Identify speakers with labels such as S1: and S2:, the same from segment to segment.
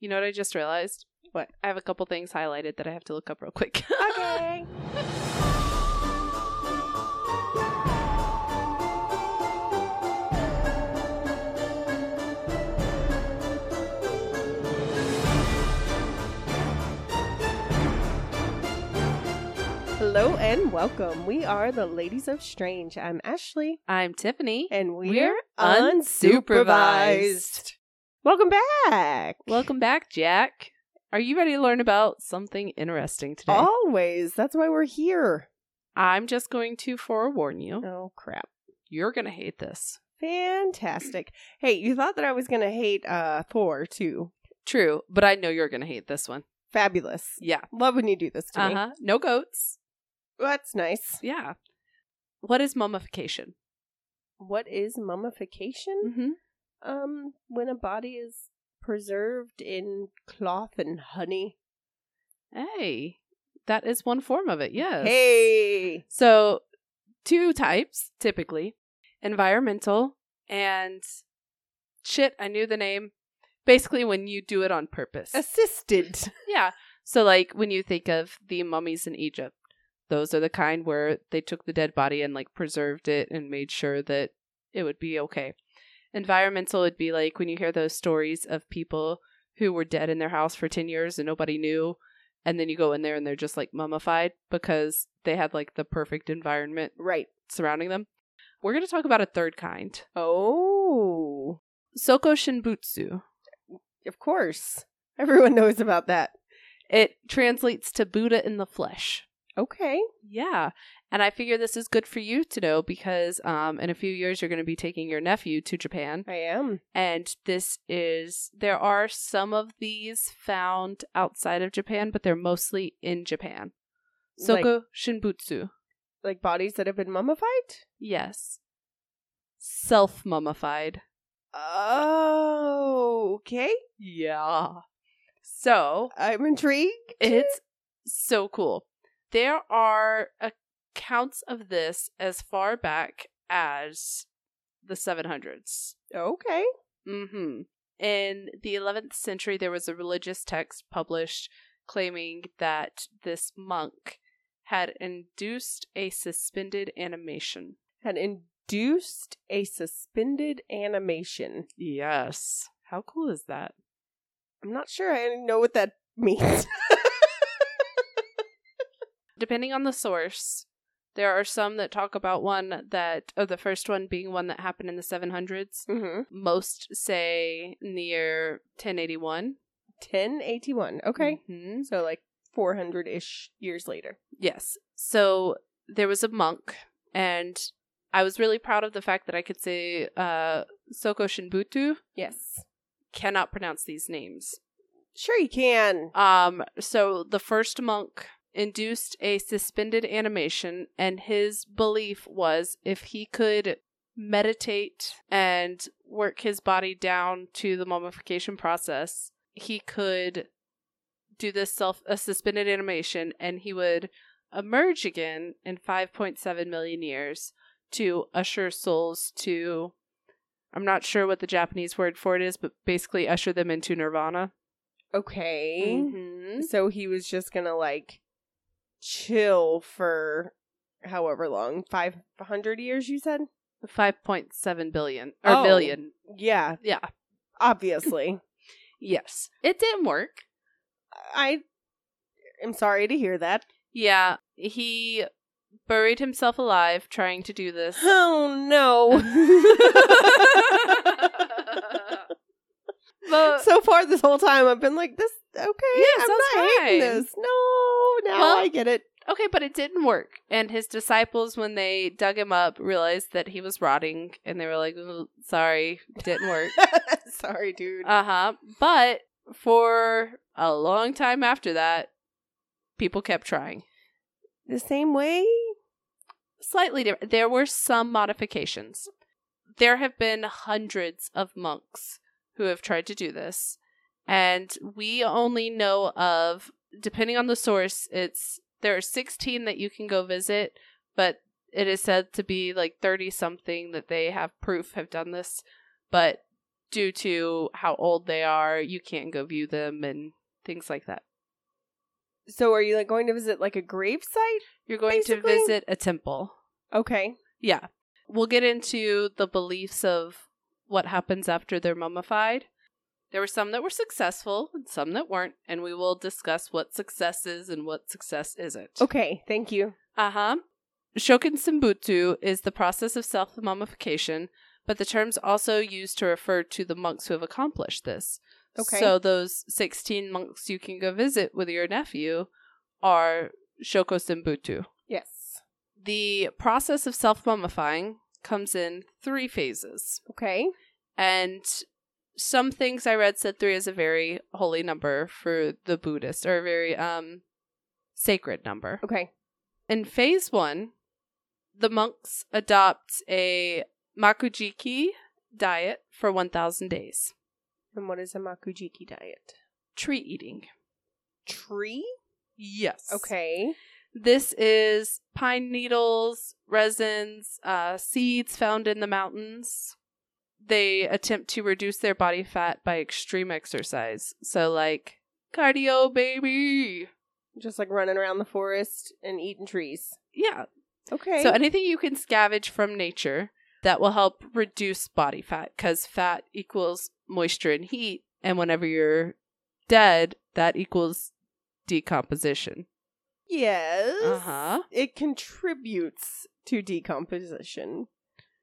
S1: You know what I just realized?
S2: What?
S1: I have a couple things highlighted that I have to look up real quick.
S2: Okay. Hello and welcome. We are the Ladies of Strange. I'm Ashley,
S1: I'm Tiffany.
S2: and
S1: We're
S2: we're,
S1: unsupervised.
S2: unsupervised. Welcome back.
S1: Welcome back, Jack. Are you ready to learn about something interesting today?
S2: Oh. Always. That's why we're here.
S1: I'm just going to forewarn you.
S2: Oh crap.
S1: You're going to hate this.
S2: Fantastic. Hey, you thought that I was gonna hate uh Thor too.
S1: True, but I know you're going to hate this one.
S2: Fabulous.
S1: Yeah.
S2: Love when you do this to
S1: Uh
S2: me.
S1: huh. No goats.
S2: That's nice.
S1: Yeah. What is mummification?
S2: What is mummification?
S1: Mm-hmm.
S2: Um, when a body is preserved in cloth and honey.
S1: Hey, that is one form of it. Yes.
S2: Hey.
S1: So, two types typically environmental and shit, I knew the name. Basically, when you do it on purpose.
S2: Assisted.
S1: yeah. So, like when you think of the mummies in Egypt, those are the kind where they took the dead body and like preserved it and made sure that it would be okay. Environmental would be like when you hear those stories of people who were dead in their house for 10 years and nobody knew. And then you go in there and they're just like mummified because they had like the perfect environment
S2: Right.
S1: surrounding them. We're going to talk about a third kind
S2: Oh.
S1: Soko Shinbutsu.
S2: Of course. Everyone knows about that.
S1: It translates to Buddha in the flesh.
S2: Okay.
S1: Yeah. And I figure this is good for you to know because um, in a few years, you're going to be taking your nephew to Japan.
S2: I am.
S1: And this is, there are some of these found outside of Japan, but they're mostly in Japan.
S2: Like-
S1: Soko Shinbutsu.
S2: Like bodies that have been mummified?
S1: Yes. Self mummified.
S2: Oh, okay.
S1: Yeah. So
S2: I'm intrigued.
S1: It's so cool. There are accounts of this as far back as the 700s.
S2: Okay.
S1: hmm In the 11th century, there was a religious text published claiming that this monk had induced a suspended animation.
S2: Had induced a suspended animation.
S1: Yes. How cool is that?
S2: I'm not sure I know what that means.
S1: depending on the source, there are some that talk about one that, oh, the first one being one that happened in the 700s.
S2: mm-hmm.
S1: Most say near 1081.
S2: 1081. Okay.
S1: Mhm.
S2: So like 400 ish years later.
S1: Yes. So there was a monk, and I was really proud of the fact that I could say uh, Soko Shinbutu.
S2: Yes.
S1: Cannot pronounce these names.
S2: Sure, you can.
S1: Um, so the first monk induced a suspended animation, and his belief was if he could meditate and work his body down to the mummification process, he could do this self a suspended animation, and he would emerge again in 5.7 million years to usher souls to. I'm not sure what the Japanese word for it is, but basically usher them into nirvana.
S2: Okay.
S1: Mm-hmm.
S2: So he was just going to like chill for however long 500 years, you said?
S1: 5.7 billion or
S2: Oh.
S1: million.
S2: Yeah,
S1: Yeah.
S2: obviously.
S1: Yes. It didn't work.
S2: I am sorry to hear that.
S1: Yeah. He buried himself alive trying to do this.
S2: Oh no.
S1: but
S2: so far this whole time I've been like this okay,
S1: Yeah,
S2: I'm
S1: sounds
S2: not hating
S1: fine.
S2: this. No, now
S1: Well-
S2: I get it.
S1: okay, but it didn't work. And his disciples when they dug him up realized that he was rotting and they were like, "Ooh, "Sorry, didn't work."
S2: sorry, dude.
S1: uh-huh. But for a long time after that, people kept trying.
S2: the same way?
S1: slightly different. There were some modifications. There have been hundreds of monks who have tried to do this, and we only know of, depending on the source, it's there are 16 that you can go visit, but it is said to be like 30 something that they have proof have done this, but due to how old they are, you can't go view them and things like that.
S2: So are you like going to visit like a grave site?
S1: You're going
S2: Basically-
S1: to visit a temple.
S2: Okay.
S1: Yeah. We'll get into the beliefs of what happens after they're mummified. There were some that were successful and some that weren't, and we will discuss what success is and what success isn't.
S2: Okay, thank you.
S1: Uh huh. Shokin Sembutsu is the process of self mummification, but the term's also used to refer to the monks who have accomplished this.
S2: Okay.
S1: So those 16 monks you can go visit with your nephew are Shoko Sembutsu.
S2: Yes.
S1: The process of self mummifying comes in three phases.
S2: Okay.
S1: And some things I read said three is a very holy number for the Buddhist or a very um sacred number.
S2: Okay.
S1: In phase one, the monks adopt a makujiki diet for 1,000 days.
S2: And what is a makujiki diet?
S1: Tree eating.
S2: Tree?
S1: Yes.
S2: Okay.
S1: This is pine needles, resins, uh, seeds found in the mountains. They attempt to reduce their body fat by extreme exercise. So, like, cardio, baby.
S2: Just like running around the forest and eating trees.
S1: Yeah.
S2: Okay.
S1: So, anything you can scavenge from nature that will help reduce body fat because fat equals moisture and heat. And whenever you're dead, that equals decomposition.
S2: yes.
S1: Uh huh.
S2: It contributes to decomposition.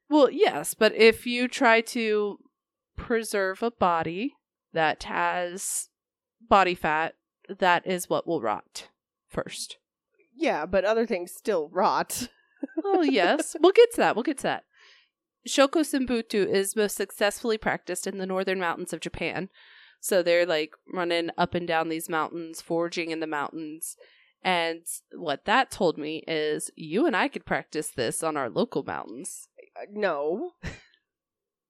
S1: Well, yes, but if you try to preserve a body that has body fat, that is what will rot first.
S2: Yeah, but other things still rot.
S1: Oh, yes. we'll get to that. We'll get to that. Shoko Sembutu is most successfully practiced in the northern mountains of Japan. So they're like running up and down these mountains, foraging in the mountains. And what that told me is you and I could practice this on our local mountains.
S2: Uh, No.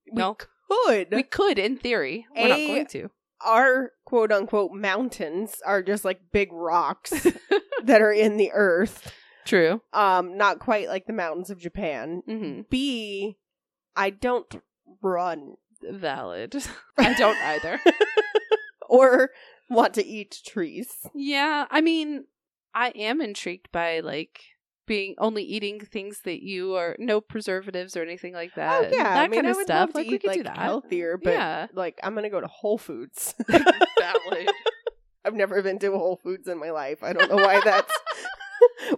S1: No.
S2: We could.
S1: We could, in theory. We're not
S2: A-
S1: going to.
S2: our quote unquote mountains are just like big rocks that are in the earth.
S1: True.
S2: Um, not quite like the mountains of Japan.
S1: Mm-hmm.
S2: B, I don't run
S1: Valid. I don't either.
S2: or want to eat trees.
S1: Uh, yeah, I mean, I am intrigued by like being only eating things that you are no preservatives or anything like that.
S2: oh yeah,
S1: that
S2: I mean,
S1: kind
S2: I
S1: of
S2: would
S1: stuff.
S2: love to
S1: like
S2: eat
S1: we could
S2: like
S1: do that.
S2: healthier, but
S1: yeah,
S2: like I'm gonna go to Whole Foods.
S1: valid.
S2: I've never been to a Whole Foods in my life. I don't know why that's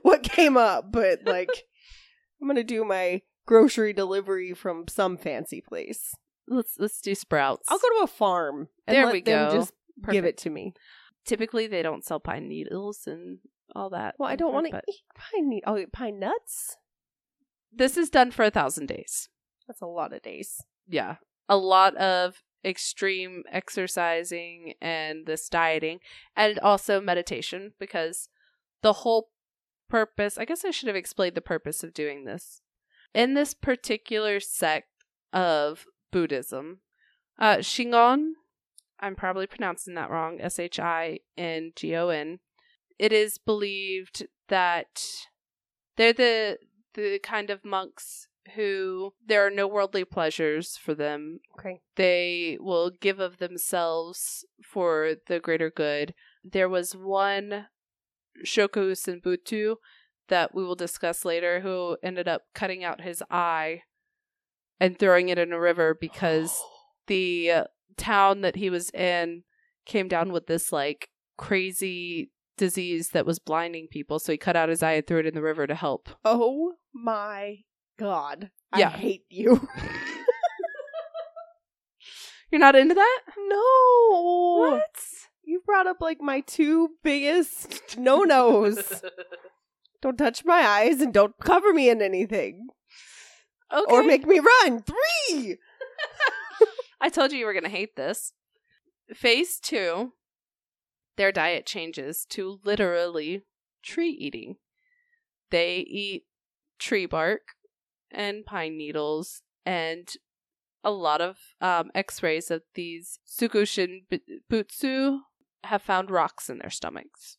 S2: what came up, but like I'm gonna do my grocery delivery from some fancy place.
S1: Let's let's do sprouts.
S2: I'll go to a farm. And
S1: There
S2: let
S1: we
S2: them
S1: go.
S2: Just give it to me.
S1: Typically, they don't sell pine needles and all that.
S2: Well, I don't want to
S1: But
S2: eat pine. Ne- I'll eat pine nuts.
S1: this is done for a thousand days.
S2: That's a lot of days.
S1: yeah a lot of extreme exercising and this dieting and also meditation because the whole purpose i guess i should have explained the purpose of doing this in this particular sect of buddhism uh shingon i'm probably pronouncing that wrong s-h-i-n-g-o-n it is believed that they're the the kind of monks who there are no worldly pleasures for them.
S2: Okay.
S1: They will give of themselves for the greater good. There was one Shoku Senbutsu that we will discuss later who ended up cutting out his eye and throwing it in a river because the uh, town that he was in came down with this like crazy disease that was blinding people so he cut out his eye and threw it in the river to help
S2: Oh my god! I
S1: Yeah.
S2: hate you.
S1: you're not into that
S2: no.
S1: what
S2: You brought up like my two biggest no nos. don't touch my eyes and don't cover me in anything,
S1: okay
S2: or make me run. Three.
S1: i told you you were gonna hate this phase two their diet changes to literally tree eating they eat tree bark and pine needles and a lot of um, x-rays of these sukushin bu- butsu have found rocks in their stomachs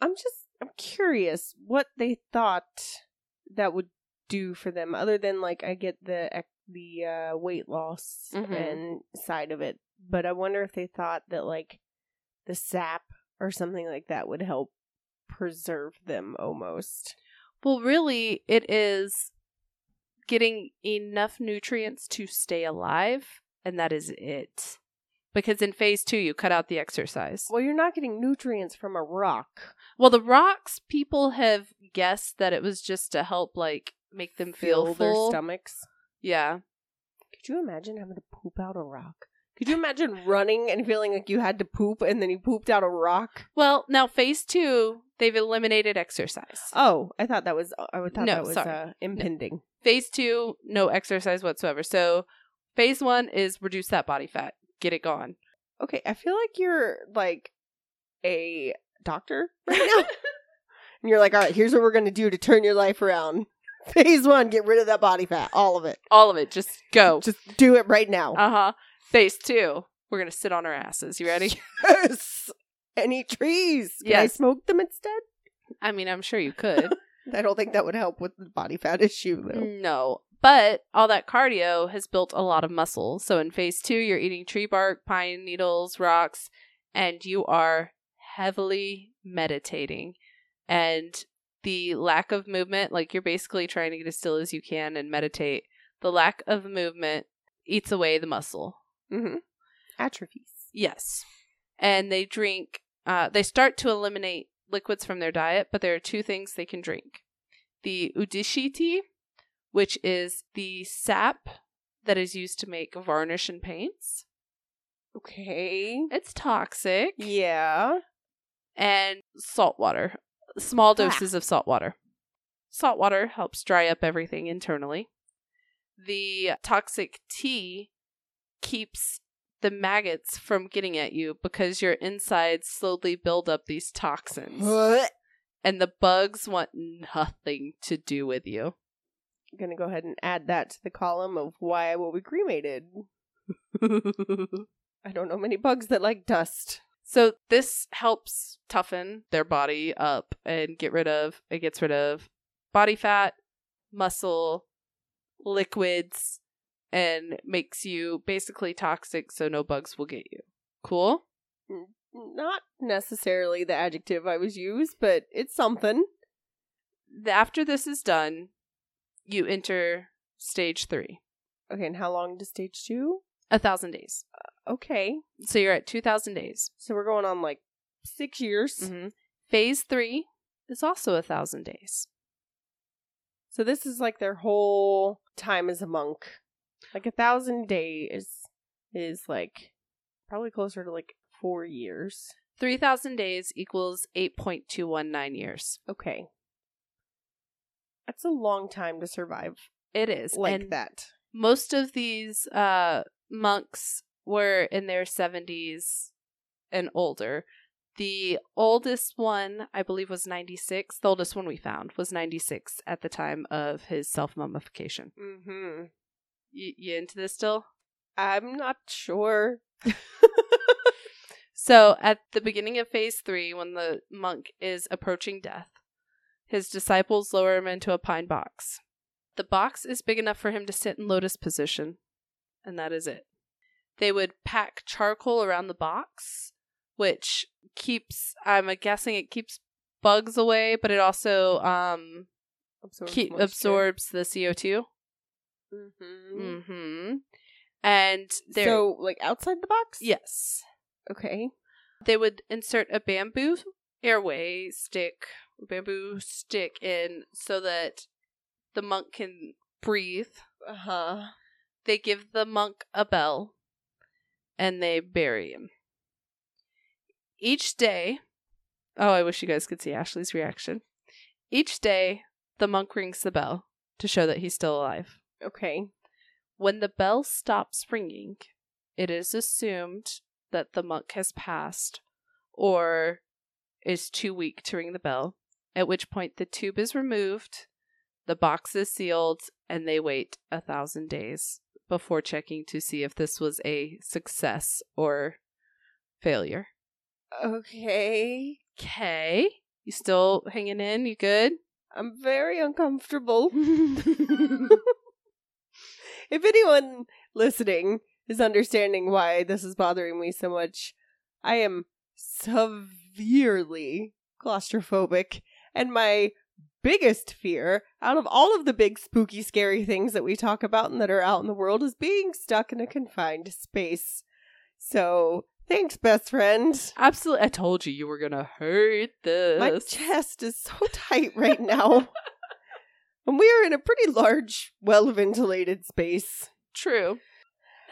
S2: I'm just I'm curious what they thought that would do for them other than like I get the ex- the uh, weight loss
S1: Mhm.
S2: and side of it. But I wonder if they thought that like the sap or something like that would help preserve them almost.
S1: Well, really, it is getting enough nutrients to stay alive, and that is it. Because in phase two, you cut out the exercise.
S2: Well, you're not getting nutrients from a rock.
S1: Well, the rocks, people have guessed that it was just to help, like, make them feel
S2: their
S1: full.
S2: stomachs.
S1: Yeah.
S2: Could you imagine having to poop out a rock? Could you imagine running and feeling like you had to poop and then you pooped out a rock?
S1: Well, now phase two, they've eliminated exercise.
S2: Oh, I thought that was I thought
S1: No,
S2: that was
S1: sorry.
S2: uh, impending.
S1: phase two, no exercise whatsoever. So, phase one is reduce that body fat, get it gone.
S2: Okay, I feel like you're like a doctor right now. and you're like, all right, here's what we're going to do to turn your life around. Phase one, get rid of that body fat, all of it.
S1: All of it, just go.
S2: Just do it right now.
S1: Uh huh. Phase two, we're gonna sit on our asses. You ready?
S2: yes. Any trees? Can I
S1: Yes.
S2: smoke them instead?
S1: I mean, I'm sure you could.
S2: I don't think that would help with the body fat issue, though.
S1: Mm. no, but all that cardio has built a lot of muscle. So in phase two, you're eating tree bark, pine needles, rocks, and you are heavily meditating. And the lack of movement, like you're basically trying to get as still as you can and meditate. The lack of movement eats away the muscle.
S2: Mm-hmm. Atrophies.
S1: Yes. And they drink, uh, they start to eliminate liquids from their diet, but there are two things they can drink the udishi tea, which is the sap that is used to make varnish and paints.
S2: Okay.
S1: It's toxic.
S2: Yeah.
S1: And salt water, small
S2: Ah.
S1: doses of salt water. Salt water helps dry up everything internally. The toxic tea keeps the maggots from getting at you because your insides slowly build up these toxins
S2: What?
S1: and the bugs want nothing to do with you.
S2: I'm going to go ahead and add that to the column of why I will be cremated. I don't know many bugs that like dust.
S1: So this helps toughen their body up and get rid of it gets rid of body fat, muscle, liquids, and makes you basically toxic so no bugs will get you. Cool?
S2: Not necessarily the adjective I was used, but it's something.
S1: The- After this is done, you enter stage three.
S2: Okay, and how long to stage two?
S1: A thousand days.
S2: Okay.
S1: So you're at two thousand days.
S2: So we're going on like six years.
S1: Mm-hmm. Phase three is also a thousand days.
S2: So this is like their whole time as a monk. Like a thousand days is like probably closer to like four years.
S1: Three thousand days equals eight point two one nine years.
S2: Okay. That's a long time to survive
S1: It is.
S2: like
S1: and
S2: that.
S1: Most of these uh, monks were in their 70s and older. The oldest one, I believe, was 96. The oldest one we found was 96 at the time of his self mummification.
S2: Mm-hmm.
S1: You, you into this still?
S2: I'm not sure.
S1: So, at the beginning of phase three, when the monk is approaching death, his disciples lower him into a pine box. The box is big enough for him to sit in lotus position, and that is it. They would pack charcoal around the box, which keeps, I'm guessing it keeps bugs away, but it also um,
S2: Absorbs
S1: keep,
S2: moisture.
S1: absorbs the CO2.
S2: Mhm.
S1: Mm-hmm. And there,
S2: So like outside the box?
S1: yes.
S2: Okay.
S1: they would insert a bamboo airway stick bamboo stick in so that the monk can breathe
S2: Uh huh.
S1: they give the monk a bell and they bury him each day oh i wish you guys could see ashley's reaction each day the monk rings the bell to show that he's still alive
S2: Okay.
S1: when the bell stops ringing, it is assumed that the monk has passed or is too weak to ring the bell, at which point the tube is removed, the box is sealed, and they wait a thousand days before checking to see if this was a success or failure.
S2: Okay.
S1: Okay. You still hanging in? You good?
S2: I'm very uncomfortable. if anyone listening is understanding why this is bothering me so much, I am severely claustrophobic, and my biggest fear out of all of the big spooky scary things that we talk about and that are out in the world is being stuck in a confined space. So, thanks best friend.
S1: Absolutely. I told you you were going to hurt this.
S2: My chest is so tight right now. and we are in a pretty large, well ventilated space.
S1: True.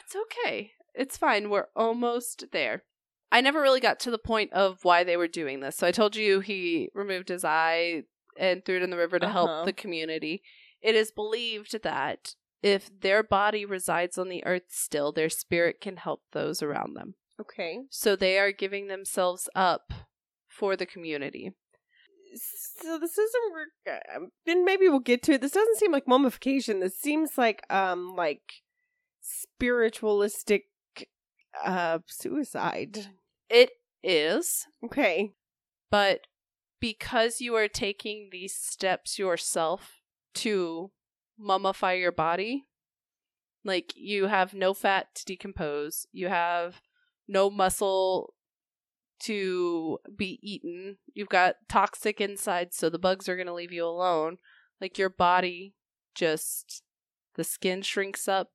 S1: It's okay. It's fine. We're almost there. I never really got to the point of why they were doing this. So I told you he removed his eye and threw it in the river to
S2: Uh-huh.
S1: help the community. It is believed that if their body resides on the earth still, their spirit can help those around them.
S2: Okay.
S1: So they are giving themselves up for the community.
S2: So this isn't work. um, Then maybe we'll get to it. This doesn't seem like mummification. This seems like um like spiritualistic uh suicide.
S1: It is,
S2: Okay.
S1: but because you are taking these steps yourself to mummify your body, like you have no fat to decompose, you have no muscle to be eaten, you've got toxic inside, so the bugs are going to leave you alone. Like your body just, the skin shrinks up,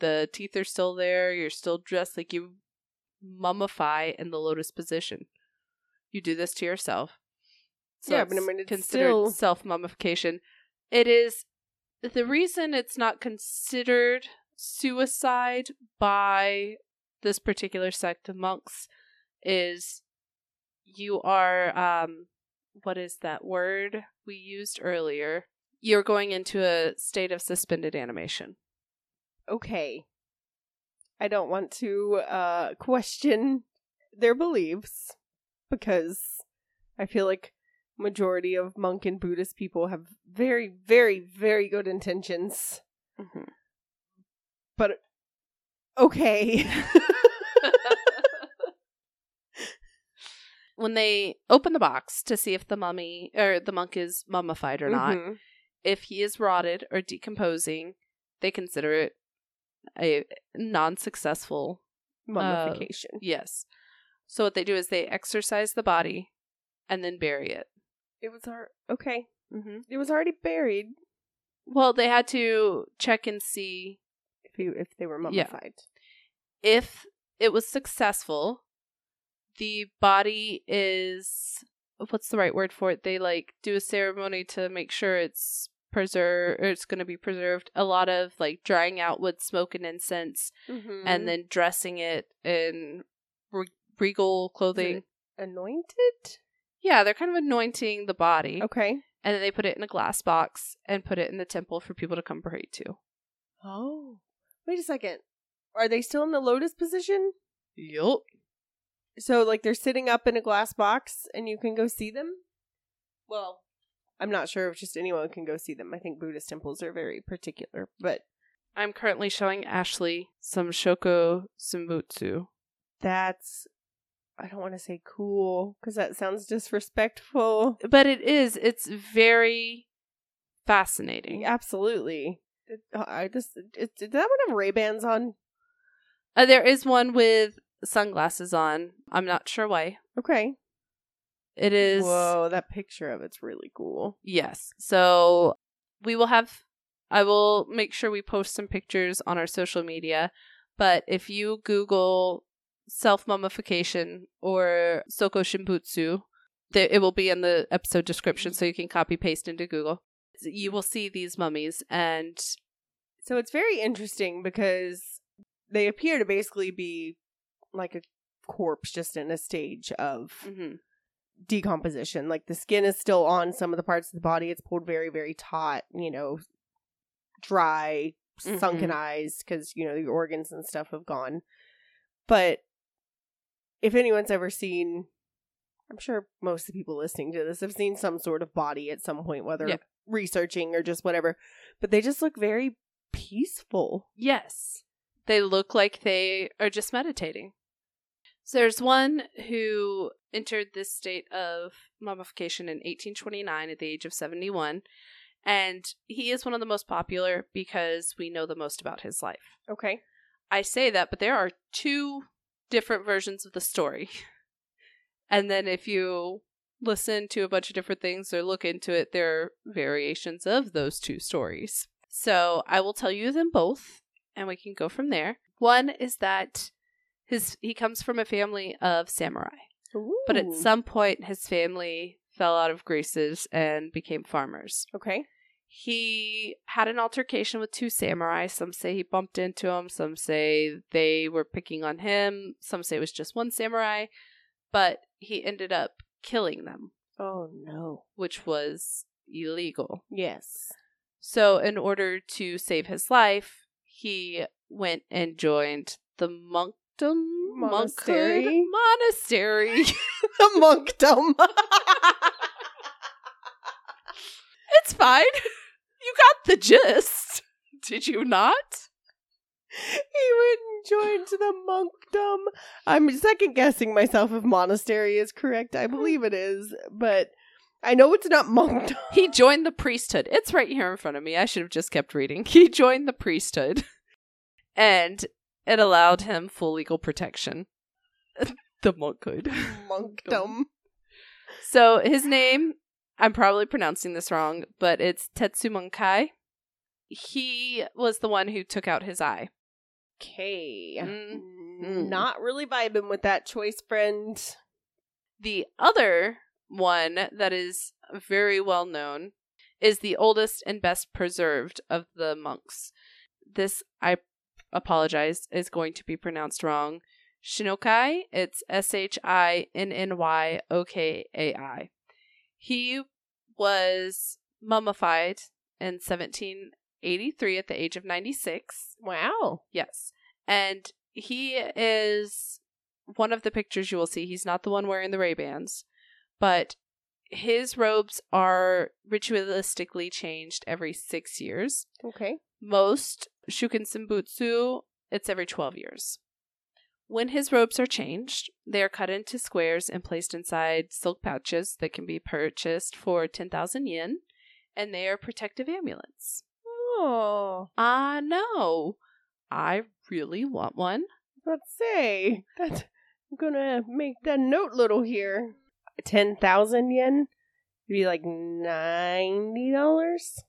S1: the teeth are still there, you're still dressed, like you mummify in the lotus position you do this to yourself.
S2: Yeah, but I mean, it's
S1: considered
S2: still-
S1: self mummification. It is the reason it's not considered suicide by this particular sect of monks is you are um what is that word we used earlier? You're going into a state of suspended animation.
S2: Okay. I don't want to uh question their beliefs because I feel like majority of monk and Buddhist people have very very very good intentions.
S1: Mm-hmm.
S2: But okay.
S1: When they open the box to see if the mummy or the monk is mummified or not,
S2: Mhm.
S1: if he is rotted or decomposing, they consider it a non successful
S2: mummification.
S1: yes. So what they do is they exercise the body and then bury it.
S2: It was our okay.
S1: Mm-hmm.
S2: It was already buried.
S1: Well, they had to check and see
S2: If you, if they were
S1: Yeah.
S2: mummified,
S1: if it was successful. The body is what's the right word for it? They like do a ceremony to make sure it's preserved. It's going to be preserved. A lot of like drying out with smoke and incense.
S2: Mm-hmm.
S1: and then dressing it in re- regal clothing.
S2: anointed.
S1: Yeah, they're kind of anointing the body,
S2: Okay.
S1: and then they put it in a glass box and put it in the temple for people to come pray to.
S2: Oh, wait a second. Are they still in the lotus position?
S1: Yup.
S2: So like they're sitting up in a glass box, and you can go see them. Well, I'm not sure if just anyone can go see them. I think Buddhist temples are very particular, but
S1: I'm currently showing Ashley some Shoko Sumbutsu.
S2: that's. I don't want to say cool because that sounds disrespectful.
S1: But it is, it's very fascinating.
S2: Absolutely. It- uh, I just it, did that one have Ray Bans on?
S1: Uh, there is one with sunglasses on. I'm not sure why.
S2: Okay.
S1: It is.
S2: Whoa, that picture of it's really cool.
S1: Yes. So we will have, I will make sure we post some pictures on our social media. But if you Google self mummification or Soko Shimbutsu, there, it will be in the episode description so you can copy paste into Google. You will see these mummies and
S2: So it's very interesting because they appear to basically be like a corpse just in a stage of
S1: mhm,
S2: decomposition. Like the skin is still on some of the parts of the body. It's pulled very, very taut, you know, dry, sunken
S1: Mhm.
S2: eyes because, you know, the organs and stuff have gone. But if anyone's ever seen, I'm sure most of the people listening to this have seen some sort of body at some point, whether
S1: Yeah.
S2: researching or just whatever, but they just look very peaceful.
S1: yes, they look like they are just meditating. So there's one who entered this state of mummification in 1829 at the age of 71. And he is one of the most popular because we know the most about his life.
S2: Okay.
S1: I say that, but there are two different versions of the story. And then if you listen to a bunch of different things or look into it, there are variations of those two stories. So I will tell you them both and we can go from there. One is that his he comes from a family of samurai. But at
S2: Ooh.
S1: some point, his family fell out of graces and became farmers.
S2: Okay.
S1: He had an altercation with two samurai. Some say he bumped into them, some say they were picking on him, some say it was just one samurai, but he ended up killing them,
S2: Oh no.
S1: which was illegal.
S2: Yes.
S1: So, in order to save his life, he went and joined the monkdom
S2: Monastery?
S1: monkhood? monastery.
S2: The monkdom.
S1: It's fine. You got the gist. Did you not?
S2: he went and joined the monkdom. I'm second guessing myself if monastery is correct. I believe it is, but I know it's not monkdom.
S1: He joined the priesthood. It's right here in front of me. I should have just kept reading. He joined the priesthood and it allowed him full legal protection. the monkhood.
S2: Monkdom.
S1: So his name, I'm probably pronouncing this wrong, but it's Tetsumunkai. He was the one who took out his eye.
S2: Okay.
S1: Mm.
S2: Not really vibing with that choice, friend.
S1: The other one that is very well known is the oldest and best preserved of the monks. This, I apologize, is going to be pronounced wrong. Shinokai, it's S H I N N Y O K A I. He was mummified in 1783 at the age of 96.
S2: Wow.
S1: Yes. And he is one of the pictures you will see. He's not the one wearing the Ray-Bans, but his robes are ritualistically changed every 6 years.
S2: Okay.
S1: Most Shuken Senbutsu, it's every 12 years. When his robes are changed, they are cut into squares and placed inside silk pouches that can be purchased for 10,000 yen, and they are protective amulets.
S2: Oh,
S1: I know. I really want one.
S2: let's say that I'm gonna make that note little here. Ten thousand yen, would be like ninety dollars.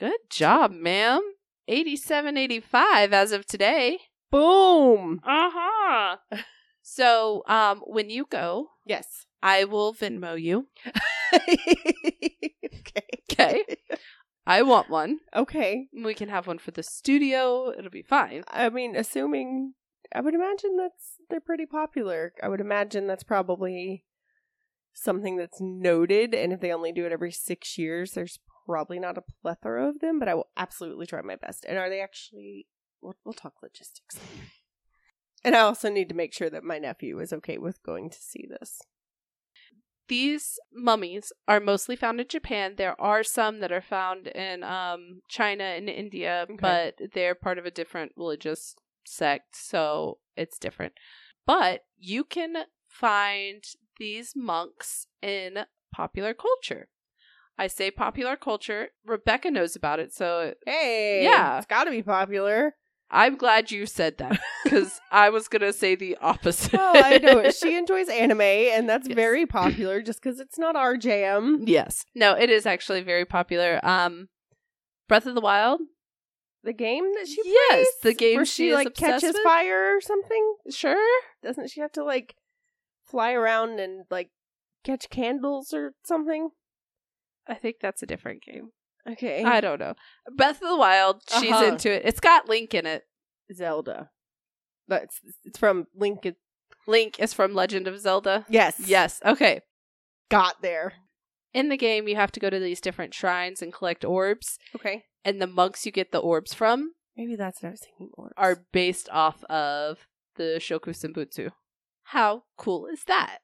S1: Good job, ma'am. 8785 as of today.
S2: Boom.
S1: Uh-huh. So, um when you go,
S2: Yes.
S1: I will Venmo you.
S2: okay.
S1: Okay. I want one.
S2: Okay.
S1: We can have one for the studio. It'll be fine.
S2: I mean, assuming I would imagine that's they're pretty popular. I would imagine that's probably something that's noted and if they only do it every 6 years, there's probably not a plethora of them, but I will absolutely try my best. And are they actually we'll, we'll talk logistics. later. And I also need to make sure that my nephew is okay with going to see this.
S1: These mummies are mostly found in Japan. There are some that are found in um China and India,
S2: Okay.
S1: but they're part of a different religious sect, so it's different. But you can find these monks in popular culture. I say popular culture. Rebecca knows about it, so
S2: Hey,
S1: Yeah.
S2: it's got to be popular.
S1: I'm glad you said that because I was gonna say the opposite.
S2: Well, I know it. she enjoys anime, and that's
S1: Yes.
S2: very popular just because it's not our jam.
S1: Yes. No, it is actually very popular. Um Breath of the Wild.
S2: The game that she
S1: Yes,
S2: plays?
S1: the game
S2: where
S1: she
S2: she
S1: is
S2: like
S1: obsessed
S2: catches
S1: with?
S2: fire or something.
S1: Sure.
S2: Doesn't she have to like fly around and like catch candles or something?
S1: I think that's a different game.
S2: Okay,
S1: I don't know. Breath of the Wild, she's
S2: Uh-huh.
S1: into it. It's got Link in it.
S2: Zelda. That's it's from Lincoln.
S1: Link is from Legend of Zelda.
S2: Yes,
S1: Yes. Okay.
S2: got there.
S1: In the game, you have to go to these different shrines and collect orbs,
S2: Okay,
S1: and the monks you get the orbs from
S2: maybe that's what I was thinking. Orbs.
S1: are based off of the Shoku Senbutsu. How cool is that?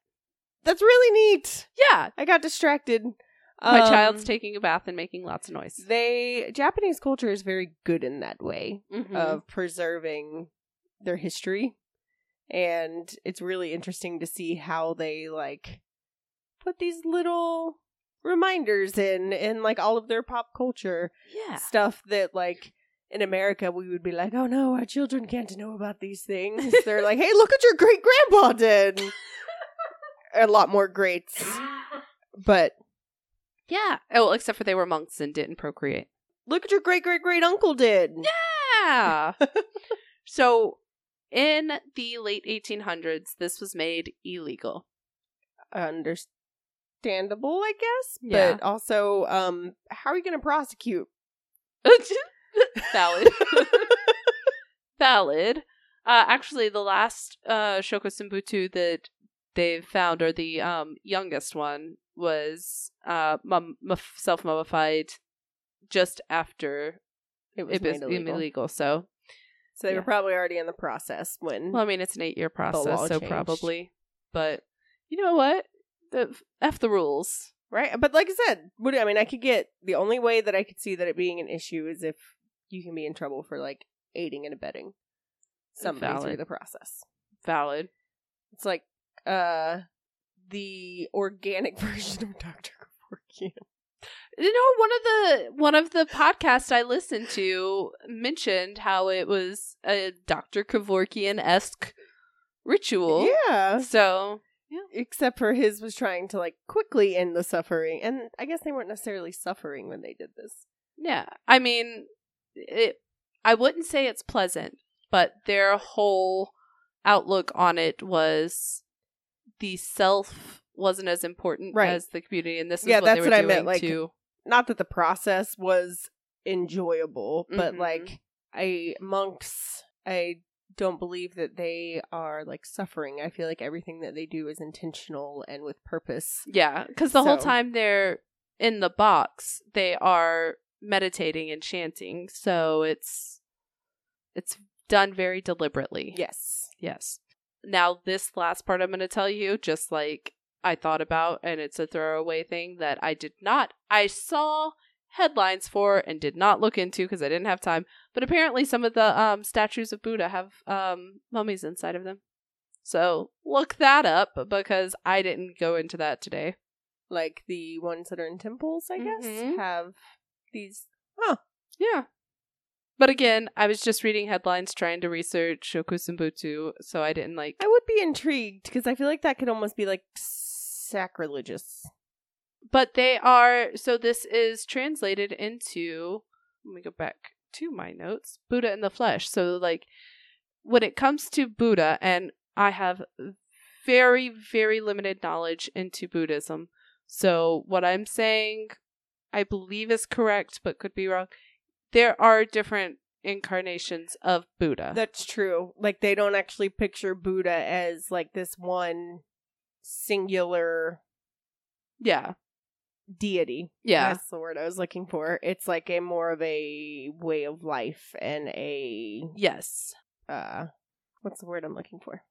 S2: that's really neat.
S1: Yeah.
S2: I got distracted.
S1: My child's
S2: Um,
S1: taking a bath and making lots of noise.
S2: They Japanese culture is very good in that way.
S1: Mhm.
S2: of preserving their history and it's really interesting to see how they like put these little reminders in and like all of their pop culture
S1: Yeah.
S2: stuff that like in America we would be like, oh no, our children can't know about these things. They're like, hey, look what your great grandpa did. A lot more greats, but
S1: Yeah. Oh, well, except for they were monks and didn't procreate.
S2: look what your great great great uncle did.
S1: Yeah. so in the late 1800s, this was made illegal.
S2: Understandable, I guess,
S1: Yeah.
S2: but also, um, how are you going to prosecute?
S1: Valid. Valid. Uh, actually, the last uh, Shoko Simbutu that they found, or the um, youngest one, was uh, mum- muff- self mummified just after
S2: It was
S1: it was
S2: made illegal.
S1: illegal. So,
S2: So they
S1: Yeah.
S2: were probably already in the process when
S1: well, I mean, it's an eight year process,
S2: Mm-hmm. law
S1: so
S2: changed.
S1: probably. But you know what? The, F the rules.
S2: Right. But like I said, what I mean, I could get the only way that I could see that it being an issue is if you can be in trouble for like aiding and abetting somebody through
S1: Valid.
S2: the process.
S1: Valid.
S2: It's like uh the organic version of Dr. Kevorkian.
S1: You know, one of the one of the podcasts I listened to mentioned how it was a Dr. Kevorkian esque ritual.
S2: Yeah.
S1: So
S2: Except for his was trying to like quickly end the suffering. And I guess they weren't necessarily suffering when they did this.
S1: yeah, I mean, it. I wouldn't say it's pleasant, but their whole outlook on it was the self wasn't as important
S2: Right.
S1: as the community, and this is
S2: Yeah,
S1: what
S2: that's
S1: they were
S2: what I
S1: doing
S2: meant, like,
S1: to
S2: Not that the process was enjoyable, but
S1: Mhm.
S2: like I monks I don't believe that they are like suffering. I feel like everything that they do is intentional and with purpose.
S1: Yeah, because the whole
S2: So-
S1: time they're in the box, they are meditating and chanting. So it's it's done very deliberately.
S2: Yes.
S1: Yes. Now this last part I'm going to tell you, just like I thought about, and it's a throwaway thing that I did not. I saw headlines for and did not look into because I didn't have time. But apparently, some of the um, statues of Buddha have um, mummies inside of them. So look that up because I didn't go into that today.
S2: Like the ones that are in temples, I
S1: Mhm.
S2: guess, have these
S1: Yeah. But again, I was just reading headlines trying to research Shokusenbutsu, so I didn't like
S2: I would be intrigued because I feel like that could almost be like sacrilegious.
S1: but they are so this is translated into let me go back to my notes. Buddha in the flesh. So like when it comes to Buddha and I have very very limited knowledge into Buddhism. So what I'm saying I believe is correct but could be wrong. There are different incarnations of Buddha.
S2: That's true. Like they don't actually picture Buddha as like this one singular
S1: yeah.
S2: deity.
S1: Yeah.
S2: That's the word I was looking for. It's like a more of a way of life and a
S1: Yes.
S2: uh what's the word I'm looking for?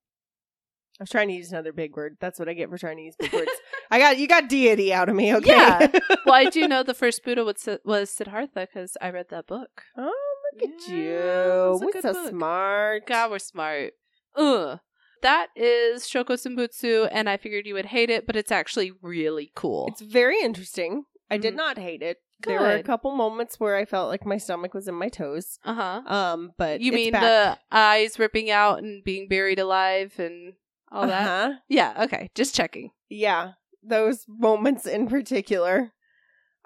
S2: I was trying to use another big word. That's what I get for trying to use big words. I got you got deity out of me, okay?
S1: Yeah. Well, I do know the first Buddha was, was Siddhartha because I read that book.
S2: oh, look at
S1: Yeah,
S2: you.
S1: it's a
S2: We're
S1: good
S2: so
S1: book.
S2: smart.
S1: God, we're smart. Ugh. That is Shoko Sumbutsu, and I figured you would hate it, but it's actually really cool.
S2: It's very interesting. I did
S1: Mhm.
S2: not hate it. There were a
S1: Good.
S2: couple moments where I felt like my stomach was in my toes.
S1: Uh huh.
S2: Um, but
S1: You
S2: it's
S1: mean
S2: back.
S1: the eyes ripping out and being buried alive and all that?
S2: Uh-huh.
S1: Yeah, okay. Just checking.
S2: Yeah, those moments in particular,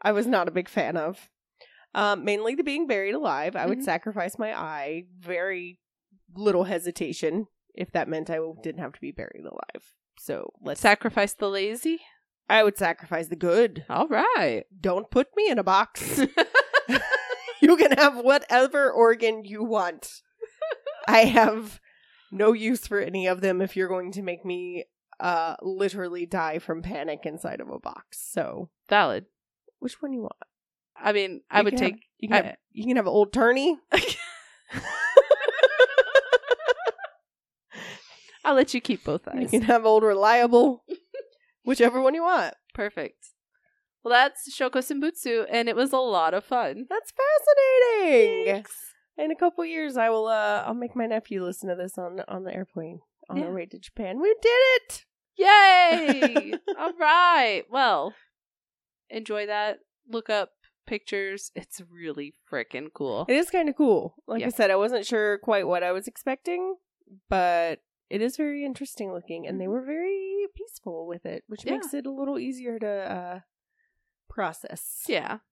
S2: I was not a big fan of. Um, mainly the being buried alive. I would
S1: Mhm.
S2: sacrifice my eye, very little hesitation, if that meant I didn't have to be buried alive. So let's.
S1: Sacrifice the lazy?
S2: I would sacrifice the good.
S1: All right.
S2: Don't put me in a box. you can have whatever organ you want. I have no use for any of them if you're going to make me uh literally die from panic inside of a box. So
S1: Valid.
S2: which one you want?
S1: I mean, I
S2: You
S1: would
S2: can have-
S1: take.
S2: you can,
S1: I-
S2: have, you can have an old tourney.
S1: I'll let you keep both
S2: You
S1: eyes.
S2: can have old reliable. Whichever one you want.
S1: Perfect. Well, that's Shoko Simbutsu, and it was a lot of fun.
S2: That's fascinating. In a couple years, I will. uh I'll make my nephew listen to this on on the airplane on
S1: Yeah.
S2: our way to Japan. We did it.
S1: Yay! All right. Well, enjoy that. Look up pictures. It's really freaking cool.
S2: It is kind of cool. Like
S1: Yeah.
S2: I said, I wasn't sure quite what I was expecting, but it is very interesting looking, and they were very peaceful with it, which
S1: Mm-hmm. Yeah.
S2: makes it a little easier to uh, process.
S1: Yeah.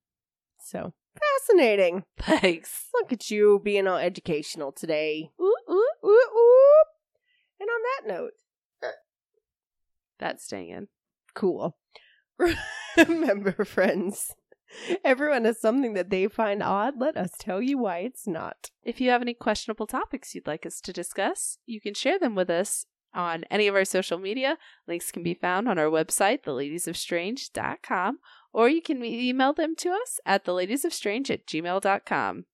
S2: So fascinating.
S1: Thanks.
S2: Look at you being all educational today.
S1: Ooh, ooh.
S2: Ooh, ooh. And on that note,
S1: That's staying in.
S2: cool. Remember, friends, everyone has something that they find odd. Let us tell you why it's not.
S1: If you have any questionable topics you'd like us to discuss, you can share them with us on any of our social media. Links can be found on our website, theladiesofstrange.com, or you can e- email them to us at theladiesofstrange at gmail.com.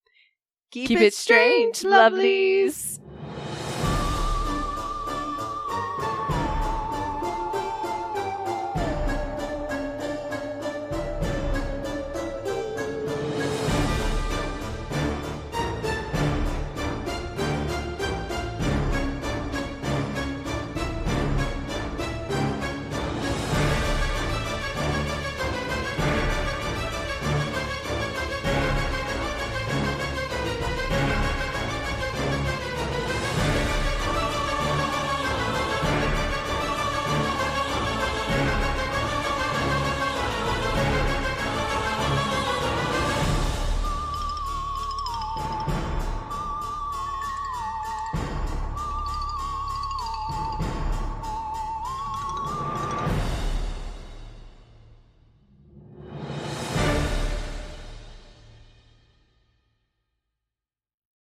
S1: Keep, Keep it strange, lovelies.